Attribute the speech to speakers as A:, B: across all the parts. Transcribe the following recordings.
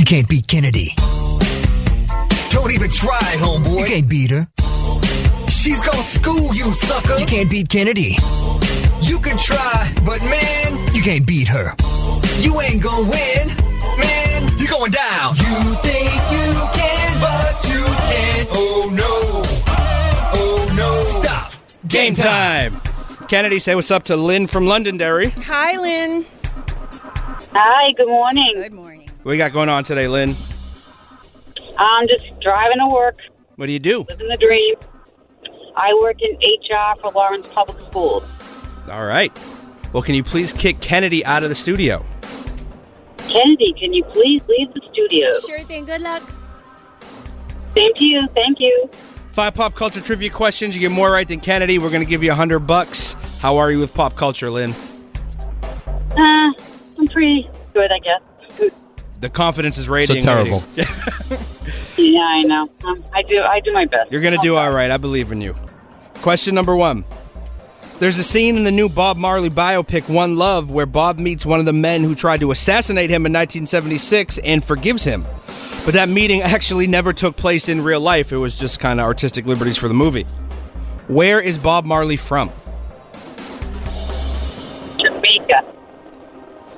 A: can't beat Kennedy.
B: Don't even try, homeboy.
A: You can't beat her.
B: She's gonna school you, sucker.
A: You can't beat Kennedy.
B: You can try, but man,
A: You can't beat her.
B: you ain't gonna win. Man, you're going down. You think you can, but you can't. Oh no. Oh no. Stop.
C: Game time. Kennedy, say what's up to Lynn from Londonderry.
D: Hi, Lynn.
E: Hi, good morning.
D: Good morning.
C: What we got going on today, Lynn?
E: I'm just driving to work,
C: What do you do?
E: living the dream. I work in HR for Lawrence Public Schools.
C: All right. Well, can you please kick Kennedy out of the studio?
E: Kennedy, can you please leave the studio?
D: Sure thing. Good luck.
E: Same to you. Thank you.
C: Five pop culture trivia questions. You get more right than Kennedy. We're going to give you a hundred bucks. How are you with pop culture, Lynn?
E: Uh, I'm pretty good, I guess.
C: The confidence is radiating.
F: terrible.
E: yeah, I know. Um, I do. I do my best.
C: You're going to do all right. I believe in you. Question number one. There's a scene in the new Bob Marley biopic, One Love, where Bob meets one of the men who tried to assassinate him in 1976 and forgives him. But that meeting actually never took place in real life. It was just kind of artistic liberties for the movie. Where is Bob Marley from?
E: Jamaica.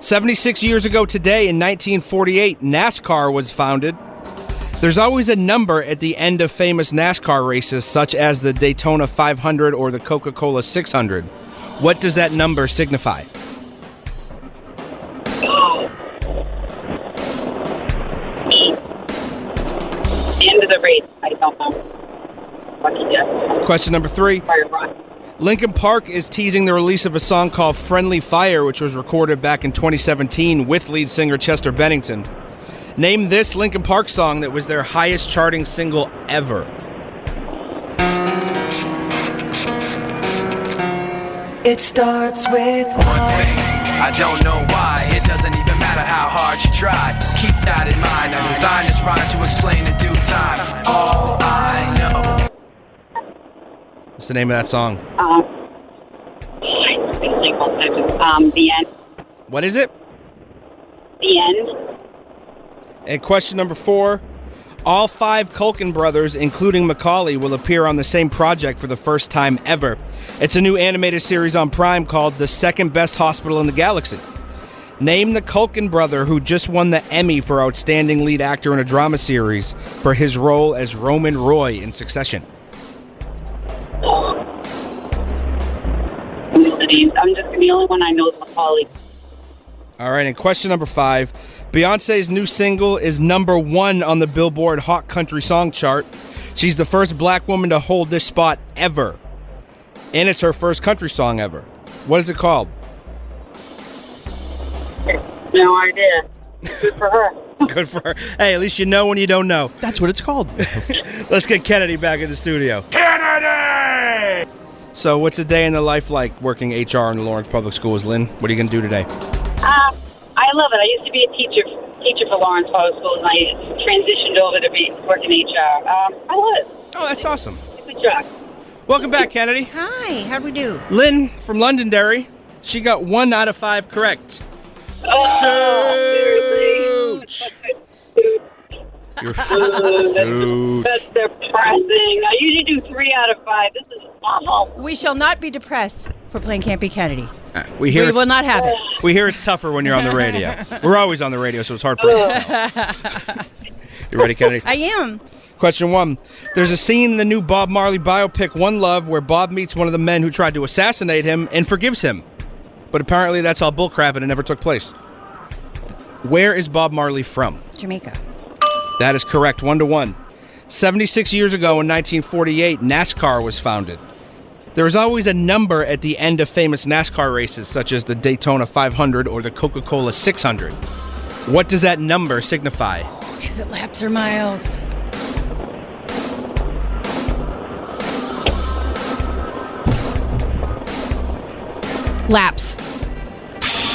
C: 76 years ago today in 1948, NASCAR was founded. There's always a number at the end of famous NASCAR races, such as the Daytona 500 or the Coca Cola 600. What does that number signify?
E: Oh. End of the race. I don't know. What you guess?
C: Question number three
E: Sorry, Ron.
C: Lincoln Park is teasing the release of a song called Friendly Fire, which was recorded back in 2017 with lead singer Chester Bennington. Name this Lincoln Park song that was their highest charting single ever.
G: It starts with
H: one thing. I don't know why, it doesn't even matter how hard you try. Keep that in mind, I designed this rhyme to explain in due time. All I know.
C: What's the name of that song?
E: Um, um, the end.
C: What is it?
E: The end.
C: And question number four. All five Culkin brothers, including Macaulay, will appear on the same project for the first time ever. It's a new animated series on Prime called The Second Best Hospital in the Galaxy. Name the Culkin brother who just won the Emmy for Outstanding Lead Actor in a Drama Series for his role as Roman Roy in Succession.
E: I'm just, the, I'm just the only one I know is Macaulay.
C: All right, and question number five Beyonce's new single is number one on the Billboard Hot Country Song Chart. She's the first black woman to hold this spot ever. And it's her first country song ever. What is it called?
E: No idea. Good for her.
C: Good for her. Hey, at least you know when you don't know.
F: That's what it's called.
C: Let's get Kennedy back in the studio. Kennedy! So, what's a day in the life like working HR in the Lawrence Public Schools, Lynn? What are you going to do today?
E: Uh, I love it. I used to be a teacher teacher for Lawrence Public Schools, and I transitioned over to be work in HR. Um, I love
C: Oh, that's awesome.
E: it. Good job.
C: Welcome back, Kennedy.
D: Hi. How do we do?
C: Lynn from Londonderry, she got one out of five correct.
E: Oh, seriously. That's depressing. I usually do three out of five. This is awful.
D: We shall not be depressed for playing Campy Kennedy.
C: We hear
D: we
C: it's,
D: will not have it.
C: we hear it's tougher when you're on the radio. We're always on the radio, so it's hard for us to tell. You ready, Kennedy?
D: I am.
C: Question one. There's a scene in the new Bob Marley biopic One Love where Bob meets one of the men who tried to assassinate him and forgives him. But apparently that's all bullcrap and it never took place. Where is Bob Marley from?
D: Jamaica.
C: That is correct. One to one. 76 years ago in 1948, NASCAR was founded. There is always a number at the end of famous NASCAR races, such as the Daytona 500 or the Coca Cola 600. What does that number signify?
D: Is it laps or miles? Laps.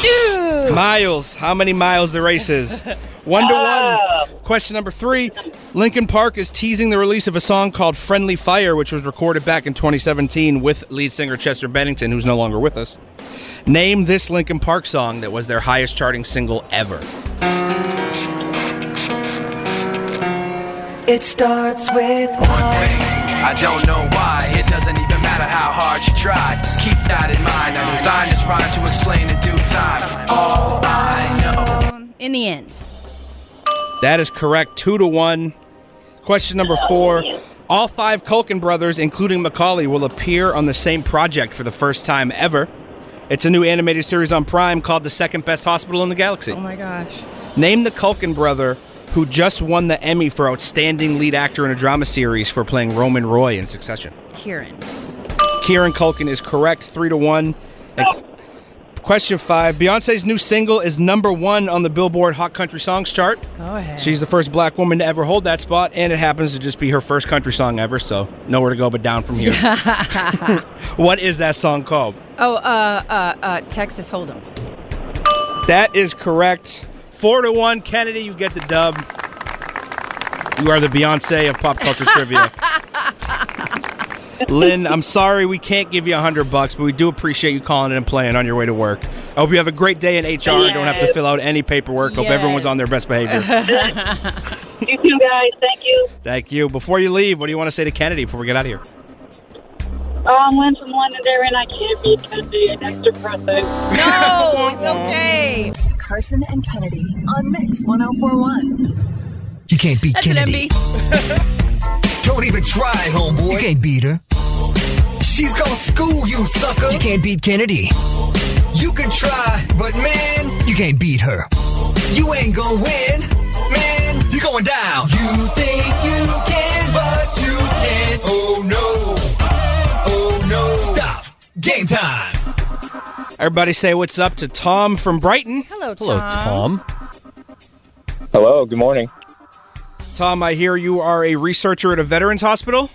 D: Dude.
C: Miles. How many miles the race is? One to
E: Oh.
C: one. Question number three Lincoln Park is teasing the release of a song called Friendly Fire, which was recorded back in 2017 with lead singer Chester Bennington, who's no longer with us. Name this Lincoln Park song that was their highest charting single ever.
G: It starts with
H: one thing. I don't know why, it doesn't even matter how hard you try. Keep that in mind. I designed this rhyme to explain in due time. All I know.
D: In the end.
C: That is correct. Two to one. Question number four. All five Culkin brothers, including Macaulay, will appear on the same project for the first time ever. It's a new animated series on Prime called The Second Best Hospital in the Galaxy.
D: Oh my gosh.
C: Name the Culkin brother who just won the Emmy for Outstanding Lead Actor in a Drama Series for playing Roman Roy in Succession.
D: Kieran.
C: Kieran Culkin is correct, three to one. And question five: Beyonce's new single is number one on the Billboard Hot Country Songs chart.
D: Go ahead.
C: She's the first black woman to ever hold that spot, and it happens to just be her first country song ever. So nowhere to go but down from here. what is that song called?
D: Oh, uh, uh, uh, Texas Hold'em.
C: That is correct. Four to one, Kennedy. You get the dub. You are the Beyonce of pop culture trivia. Lynn, I'm sorry we can't give you a hundred bucks, but we do appreciate you calling in and playing on your way to work. I hope you have a great day in HR and don't have to
E: Yes.
C: fill out any paperwork. Hope
D: Yes.
C: everyone's on their best behavior.
E: You too, guys. Thank you.
C: Thank you. Before you leave, what do you want to say to Kennedy before we get out of here?
I: Oh,
E: Um, Lynn from Londonderry, and I can't be Kennedy, an extra person.
D: No, it's okay.
F: Carson and Kennedy on Mix 1041.
A: You can't beat
D: That's
A: Kennedy.
D: an MB.
B: Don't even try,
A: You
B: homeboy.
A: can't beat her.
B: She's gonna school you, sucker.
A: You can't beat Kennedy.
B: You can try, but man,
A: You can't beat her.
B: you ain't gonna win. Man, you're going down. You think you can, but you can't. Oh no. Oh no. Stop. Game time.
C: Everybody say what's up to Tom from Brighton.
D: Hello, Tom.
J: Oh,
K: Hello, Tom.
J: Hello, good morning.
C: Tom, I hear you are a researcher at a veterans hospital.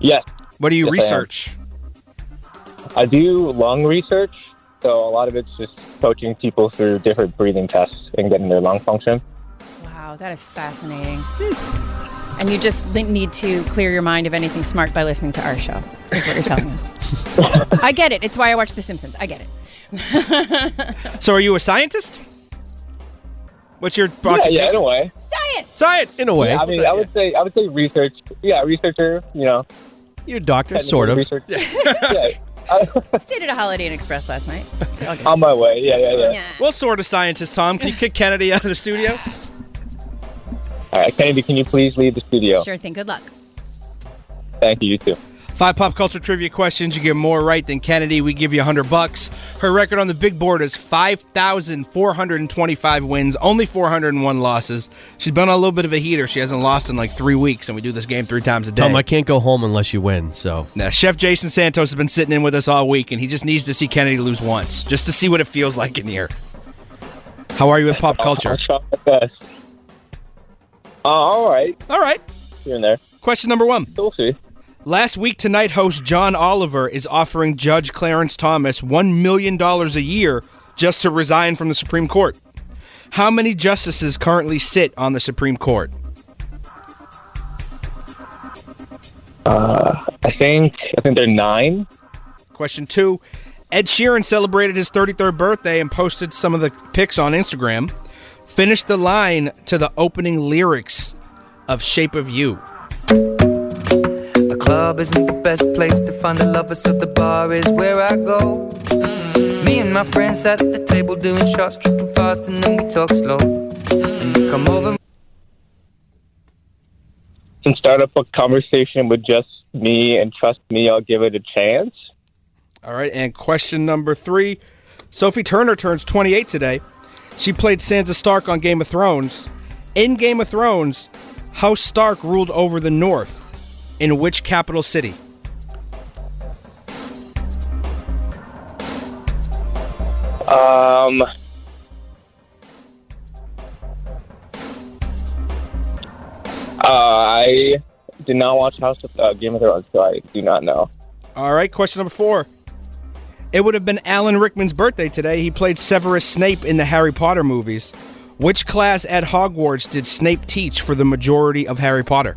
J: Yes,
C: What do you
J: Yes, I am.
C: research?
J: I do lung research, so a lot of it's just coaching people through different breathing tests and getting their lung function.
D: Wow, that is fascinating. And you just li- need to clear your mind of anything smart by listening to our show, is what you're telling us. I get it. It's why I watch The Simpsons. I get it.
C: So, are you a scientist? What's your
J: Yeah,
C: occupation?
J: yeah, in a way.
D: Science!
C: Science.
K: In a way,
J: Yeah, I mean, I would say, I would say research. Yeah, researcher. You know,
K: you're a doctor, sort of.
J: technical Research. yeah,
D: Stayed at a Holiday Inn Express last night. It's all good.
J: on my way. Yeah, yeah, yeah.
D: yeah.
C: What sort of scientist, Tom? Can you kick Kennedy out of the studio?
J: All right, Kennedy, can you please leave the studio?
D: Sure thing. Good luck.
J: Thank you. You too.
C: Five pop culture trivia questions. You get more right than Kennedy. We give you 100 bucks. Her record on the big board is 5,425 wins, only 401 losses. She's been on a little bit of a heater. She hasn't lost in like three weeks, and we do this game three times a day.
K: Tom, Um, I can't go home unless you win. So
C: Now, Chef Jason Santos has been sitting in with us all week, and he just needs to see Kennedy lose once, just to see what it feels like in here. How are you with pop
K: Oh,
J: I'll
C: culture?
J: try my best. Uh, all right,
C: All right.
J: here and there.
C: Question number one.
J: So we'll see.
C: Last week tonight, host John Oliver is offering Judge Clarence Thomas $1 million a year just to resign from the Supreme Court. How many justices currently sit on the Supreme Court?
J: I think, I think they're nine.
C: Question two Ed Sheeran celebrated his 33rd birthday and posted some of the pics on Instagram. Finish the line to the opening lyrics of Shape of You.
G: The club isn't the best place to find a lover, so the bar is where I go. Mm. Me and my friends at the table doing shots, tripping fast, and then we talk slow. And you come over,
J: can start up a conversation with just me and trust me, I'll give it a chance.
C: All right, and question number three. Sophie Turner turns 28 today. She played Sansa Stark on Game of Thrones. In Game of Thrones, House Stark ruled over the North. In which capital city?
J: Um, I did not watch House of uh, Game of Thrones, so I do not know.
C: All right, question number four. It would have been Alan Rickman's birthday today. He played Severus Snape in the Harry Potter movies. Which class at Hogwarts did Snape teach for the majority of Harry Potter?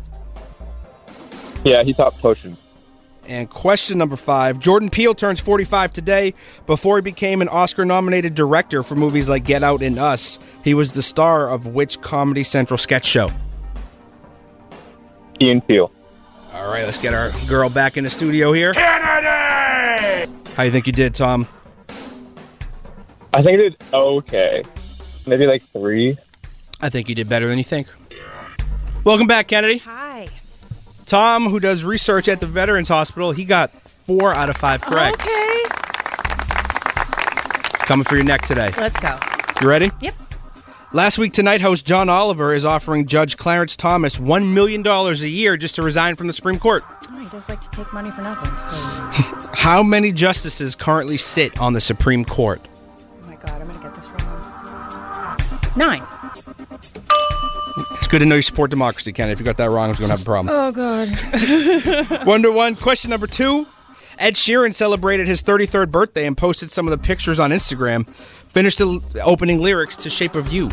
J: Yeah, he taught potions.
C: And question number five Jordan Peele turns 45 today. Before he became an Oscar nominated director for movies like Get Out and Us, he was the star of which Comedy Central sketch show?
J: Keen Peele.
C: All right, let's get our girl back in the studio here. Kennedy! How you think you did, Tom?
J: I think I did okay. Maybe like three.
C: I think you did better than you think. Welcome back, Kennedy.
D: Hi.
C: Tom, who does research at the Veterans Hospital, he got four out of five correct.
D: Okay.
C: Coming for your neck today.
D: Let's go.
C: You ready?
D: Yep.
C: Last week tonight, host John Oliver is offering Judge Clarence Thomas $1 million a year just to resign from the Supreme Court.
D: Oh, he does like to take money for nothing. Oh So.
C: How many justices currently sit on the Supreme Court?
D: Oh my god, I'm gonna get this wrong. Nine.
C: It's good to know you support democracy, Ken. If you got that wrong, I was going to have a problem.
D: Oh god.
C: Wonder one. Question number two. Ed Sheeran celebrated his 33rd birthday and posted some of the pictures on Instagram. Finished the l- opening lyrics to Shape of You.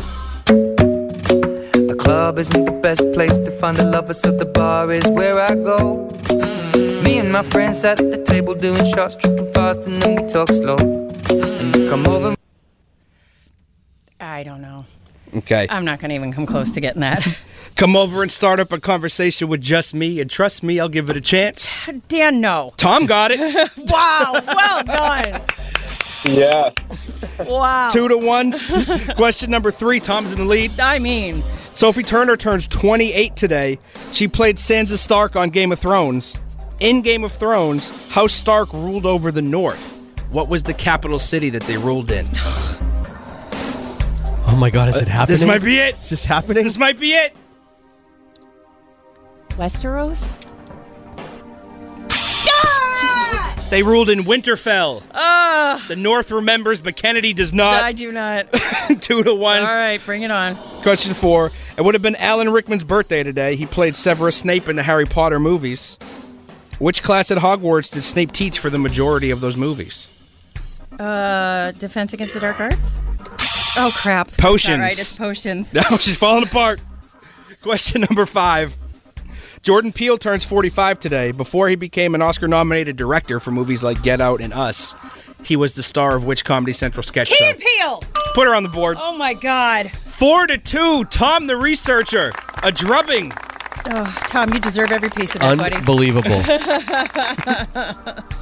G: The club isn't the best place to find a lover, so the bar is where I go. Mm. Me and my friends at the table doing shots, tripping fast, and then we talk slow. And you come over.
D: I don't know.
C: Okay.
D: I'm not gonna even come close to getting that.
C: Come over and start up a conversation with just me, and trust me, I'll give it a chance.
D: Dan, no.
C: Tom got it.
D: wow. Well done.
J: Yeah.
D: Wow.
C: Two to one. Question number three. Tom's in the lead.
D: I mean,
C: Sophie Turner turns 28 today. She played Sansa Stark on Game of Thrones. In Game of Thrones, House Stark ruled over the North. What was the capital city that they ruled in?
K: Oh my God, is it happening?
C: Uh, This might be it.
K: Is this happening?
C: This might be it.
D: Westeros.
C: They ruled in Winterfell.
D: Ah,
C: The North remembers, but Kennedy does not.
D: I do not.
C: Two to one.
D: All right, bring it on.
C: Question four. It would have been Alan Rickman's birthday today. He played Severus Snape in the Harry Potter movies. Which class at Hogwarts did Snape teach for the majority of those movies?
D: Uh, Defense Against the Dark Arts. Oh crap.
C: Potions.
D: All right, it's potions.
C: Now she's falling apart. Question number five. Jordan Peele turns 45 today. Before he became an Oscar nominated director for movies like Get Out and Us, he was the star of which Comedy Central sketch show?
D: Key peel.
C: Put her on the board.
D: Oh my god.
C: Four to two. Tom the researcher. A drubbing.
D: Oh, Tom, you deserve every piece of that, buddy.
K: Unbelievable.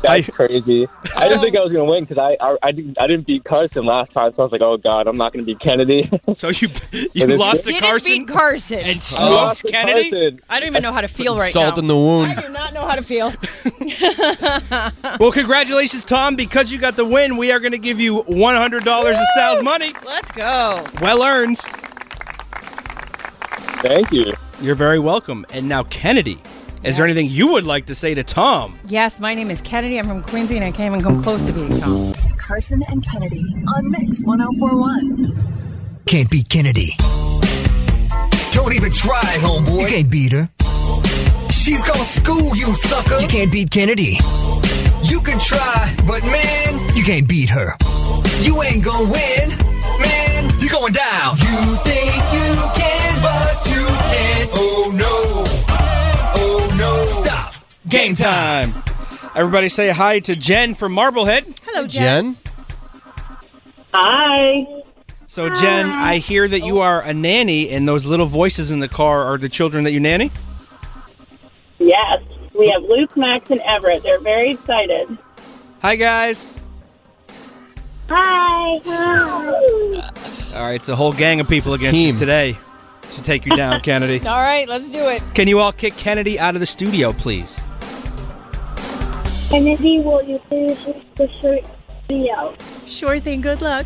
J: That's crazy. I didn't think I was gonna win because I, I I didn't I didn't beat Carson last time, so I was like, oh god, I'm not gonna beat Kennedy.
C: So you you
J: It is- Oh,
C: lost to
D: Didn't
C: Carson
D: beat Carson.
C: and
J: I
C: smoked
J: lost to
C: Kennedy.
J: Carson.
D: I don't even know how to feel right
K: Salt
D: now.
K: in the wound.
D: I do not know how to feel.
C: Well, congratulations, Tom. Because you got the win, we are going to give you one hundred dollars of Sal's money.
D: Let's go.
C: Well earned.
J: Thank you.
C: You're very welcome. And now, Kennedy, is there
D: Yes.
C: anything you would like to say to Tom?
D: Yes, my name is Kennedy. I'm from Quincy, and I can't even come close to beating Tom.
F: Carson and Kennedy on Mix 1041.
A: Can't beat Kennedy.
B: Don't even try, homeboy.
A: You can't beat her.
B: She's gonna school you, sucker.
A: You can't beat Kennedy.
B: You can try, but man,
A: You can't beat her.
B: you ain't gonna win. Man, you're going down. You think you can, but you can't. Oh no. Oh no. Stop.
C: Game time. Everybody say hi to Jen from Marblehead.
D: Hello, Jen.
K: Jen?
E: Hi.
C: So, Jen, I hear that you are a nanny, and those little voices in the car are the children that you nanny.
E: Yes. We have Luke, Max, and Everett. They're very excited.
C: Hi, guys.
E: Hi.
C: All right, it's a whole gang of people against
K: team.
C: you today to take you down, Kennedy.
D: All right, let's do it.
C: Can you all kick Kennedy out of the studio, please?
E: Kennedy, will you please the shirt video?
D: Sure thing. Good luck.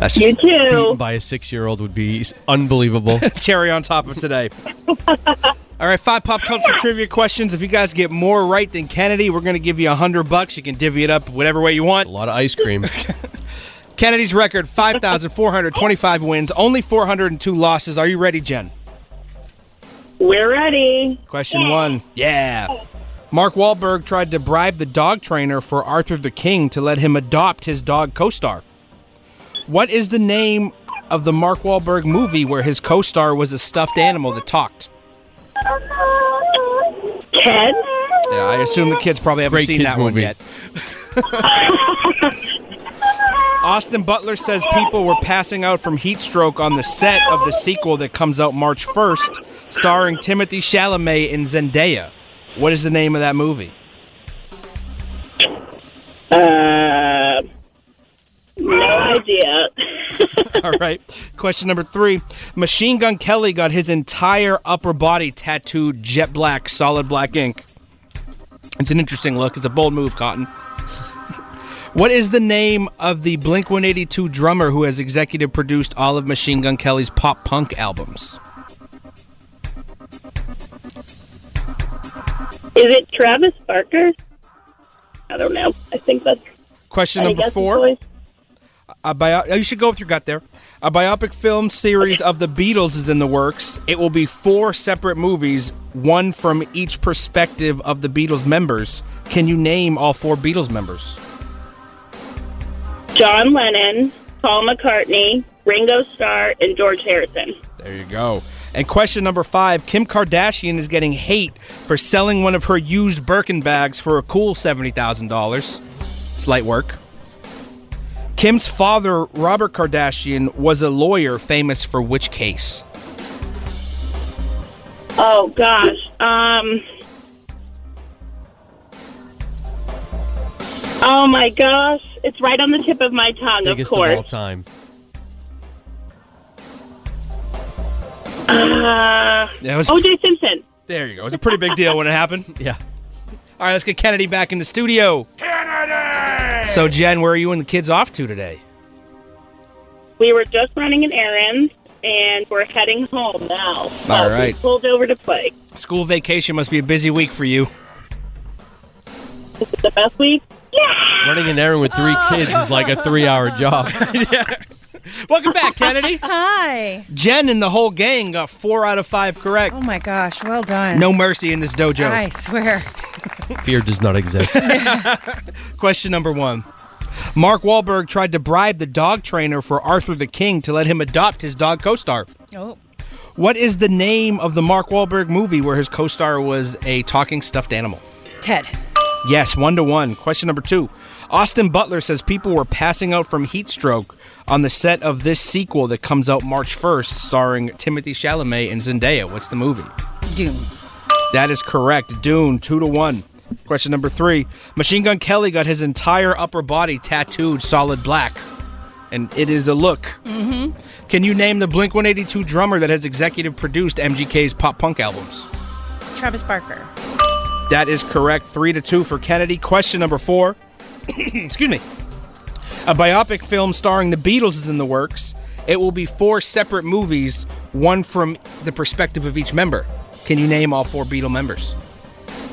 C: That's
E: You
C: just
E: too.
K: Beaten by a six year old would be unbelievable.
C: cherry on top of today. all right, five pop culture trivia questions. If you guys get more right than Kennedy, we're going to give you a hundred bucks. You can divvy it up whatever way you
K: a
C: want.
K: lot of ice cream.
C: Kennedy's record: five thousand four hundred twenty-five wins, only four hundred and two losses. Are you ready, Jen?
E: We're ready.
C: Question one. Yeah. Mark Wahlberg tried to bribe the dog trainer for Arthur the King to let him adopt his dog co-star. What is the name of the Mark Wahlberg movie where his co-star was a stuffed animal that talked?
E: Ted?
C: Yeah, I assume the kids probably haven't
K: Great
C: seen
K: kids
C: that one
K: movie.
C: yet. Austin Butler says people were passing out from heat stroke on the set of the sequel that comes out March 1st, starring Timothy Chalamet and Zendaya. What is the name of that movie?
I: Uh, no idea.
C: All right. Question number three Machine Gun Kelly got his entire upper body tattooed jet black, solid black ink. It's an interesting look. It's a bold move, Cotton. what is the name of the Blink 182 drummer who has executive produced all of Machine Gun Kelly's pop punk albums?
I: Is it Travis Barker? I don't know. I think that's.
C: Question
I: Any
C: number
I: guesses,
C: four.
I: boys?
C: A bio- oh, you should go with your gut there. A biopic film series of the Beatles is in the works. It will be four separate movies, one from each perspective of the Beatles members. Can you name all four Beatles members?
I: John Lennon, Paul McCartney, Ringo Starr, and George Harrison.
C: There you go. And question number five Kim Kardashian is getting hate for selling one of her used Birkin bags for a cool $70,000. It's light work. Kim's father, Robert Kardashian, was a lawyer famous for which case?
I: Oh gosh. Um. Oh my gosh! It's right on the tip of my tongue.
K: Biggest
I: of
K: of,
I: course.
K: all time.
I: Uh,
C: That was-
I: OJ Simpson.
C: There you go. It was a pretty big deal when it happened. Yeah. All right, let's get Kennedy back in the studio. Kennedy! So, Jen, where are you and the kids off to today?
I: We were just running an errand, and we're heading home now.
C: All
I: Uh,
C: right.
I: We pulled over to play.
C: School vacation must be a busy week for you.
I: This is the best week.
K: Running an errand with three kids is like a three-hour job.
C: Welcome back, Kennedy.
D: Hi.
C: Jen and the whole gang got four out of five correct.
D: Oh my gosh, well done.
C: No mercy in this dojo.
D: I swear.
K: Fear does not exist.
C: Question number one. Mark Wahlberg tried to bribe the dog trainer for Arthur the King to let him adopt his dog co star.
D: Oh.
C: What is the name of the Mark Wahlberg movie where his co star was a talking stuffed animal?
D: Ted.
C: Yes, one to one. Question number two. Austin Butler says people were passing out from heat stroke on the set of this sequel that comes out March 1st, starring Timothy Chalamet and Zendaya. What's the movie?
D: Doom.
C: That is correct. Dune, two to one. Question number three. Machine Gun Kelly got his entire upper body tattooed solid black. And it is a look.
D: Mm-hmm.
C: Can you name the Blink 182 drummer that has executive produced MGK's pop punk albums?
D: Travis Barker.
C: That is correct. Three to two for Kennedy. Question number four. Excuse me. A biopic film starring the Beatles is in the works. It will be four separate movies, one from the perspective of each member. Can you name all four Beatle members?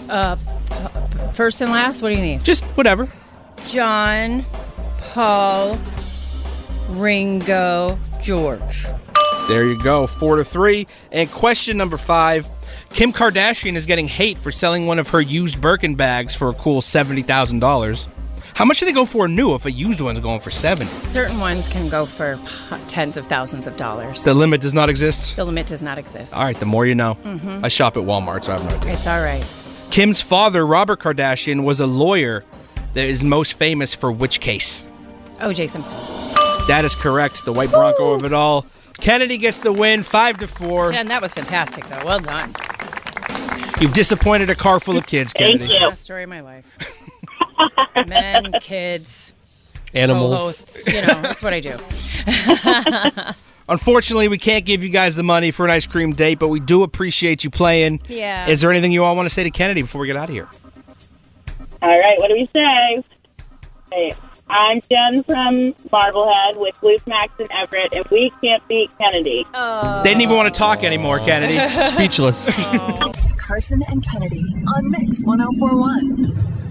D: Uh, p- first and last. What do you need?
C: Just whatever.
D: John, Paul, Ringo, George.
C: There you go, four to three. And question number five Kim Kardashian is getting hate for selling one of her used Birkin bags for a cool $70,000. How much do they go for new if a used one's going for 70?
D: Certain ones can go for tens of thousands of dollars.
C: The limit does not exist.
D: The limit does not exist.
C: All right, the more you know.
D: Mhm.
C: I shop at Walmart, so I have no idea.
D: It's all right.
C: Kim's father, Robert Kardashian, was a lawyer that is most famous for which case?
D: OJ Simpson.
C: That is correct. The white Bronco of it all. Kennedy gets the win, five to four.
D: Jen, that was fantastic, though. Well done.
C: You've disappointed a car full of kids, Kennedy.
D: Best story of my life. Men, kids,
C: Animals.
D: co-hosts, You know, that's what I do.
C: Unfortunately, we can't give you guys the money for an ice cream date, but we do appreciate you playing.
I: Yeah.
C: Is there anything you all want to say to Kennedy before we get out of here?
I: All right, what do we say? Hey, I'm Jen from Marblehead with Luke, Max, and Everett, and we can't beat Kennedy.
C: They didn't even want to talk anymore, Kennedy.
K: Speechless.
F: Carson and Kennedy on Mix 1041.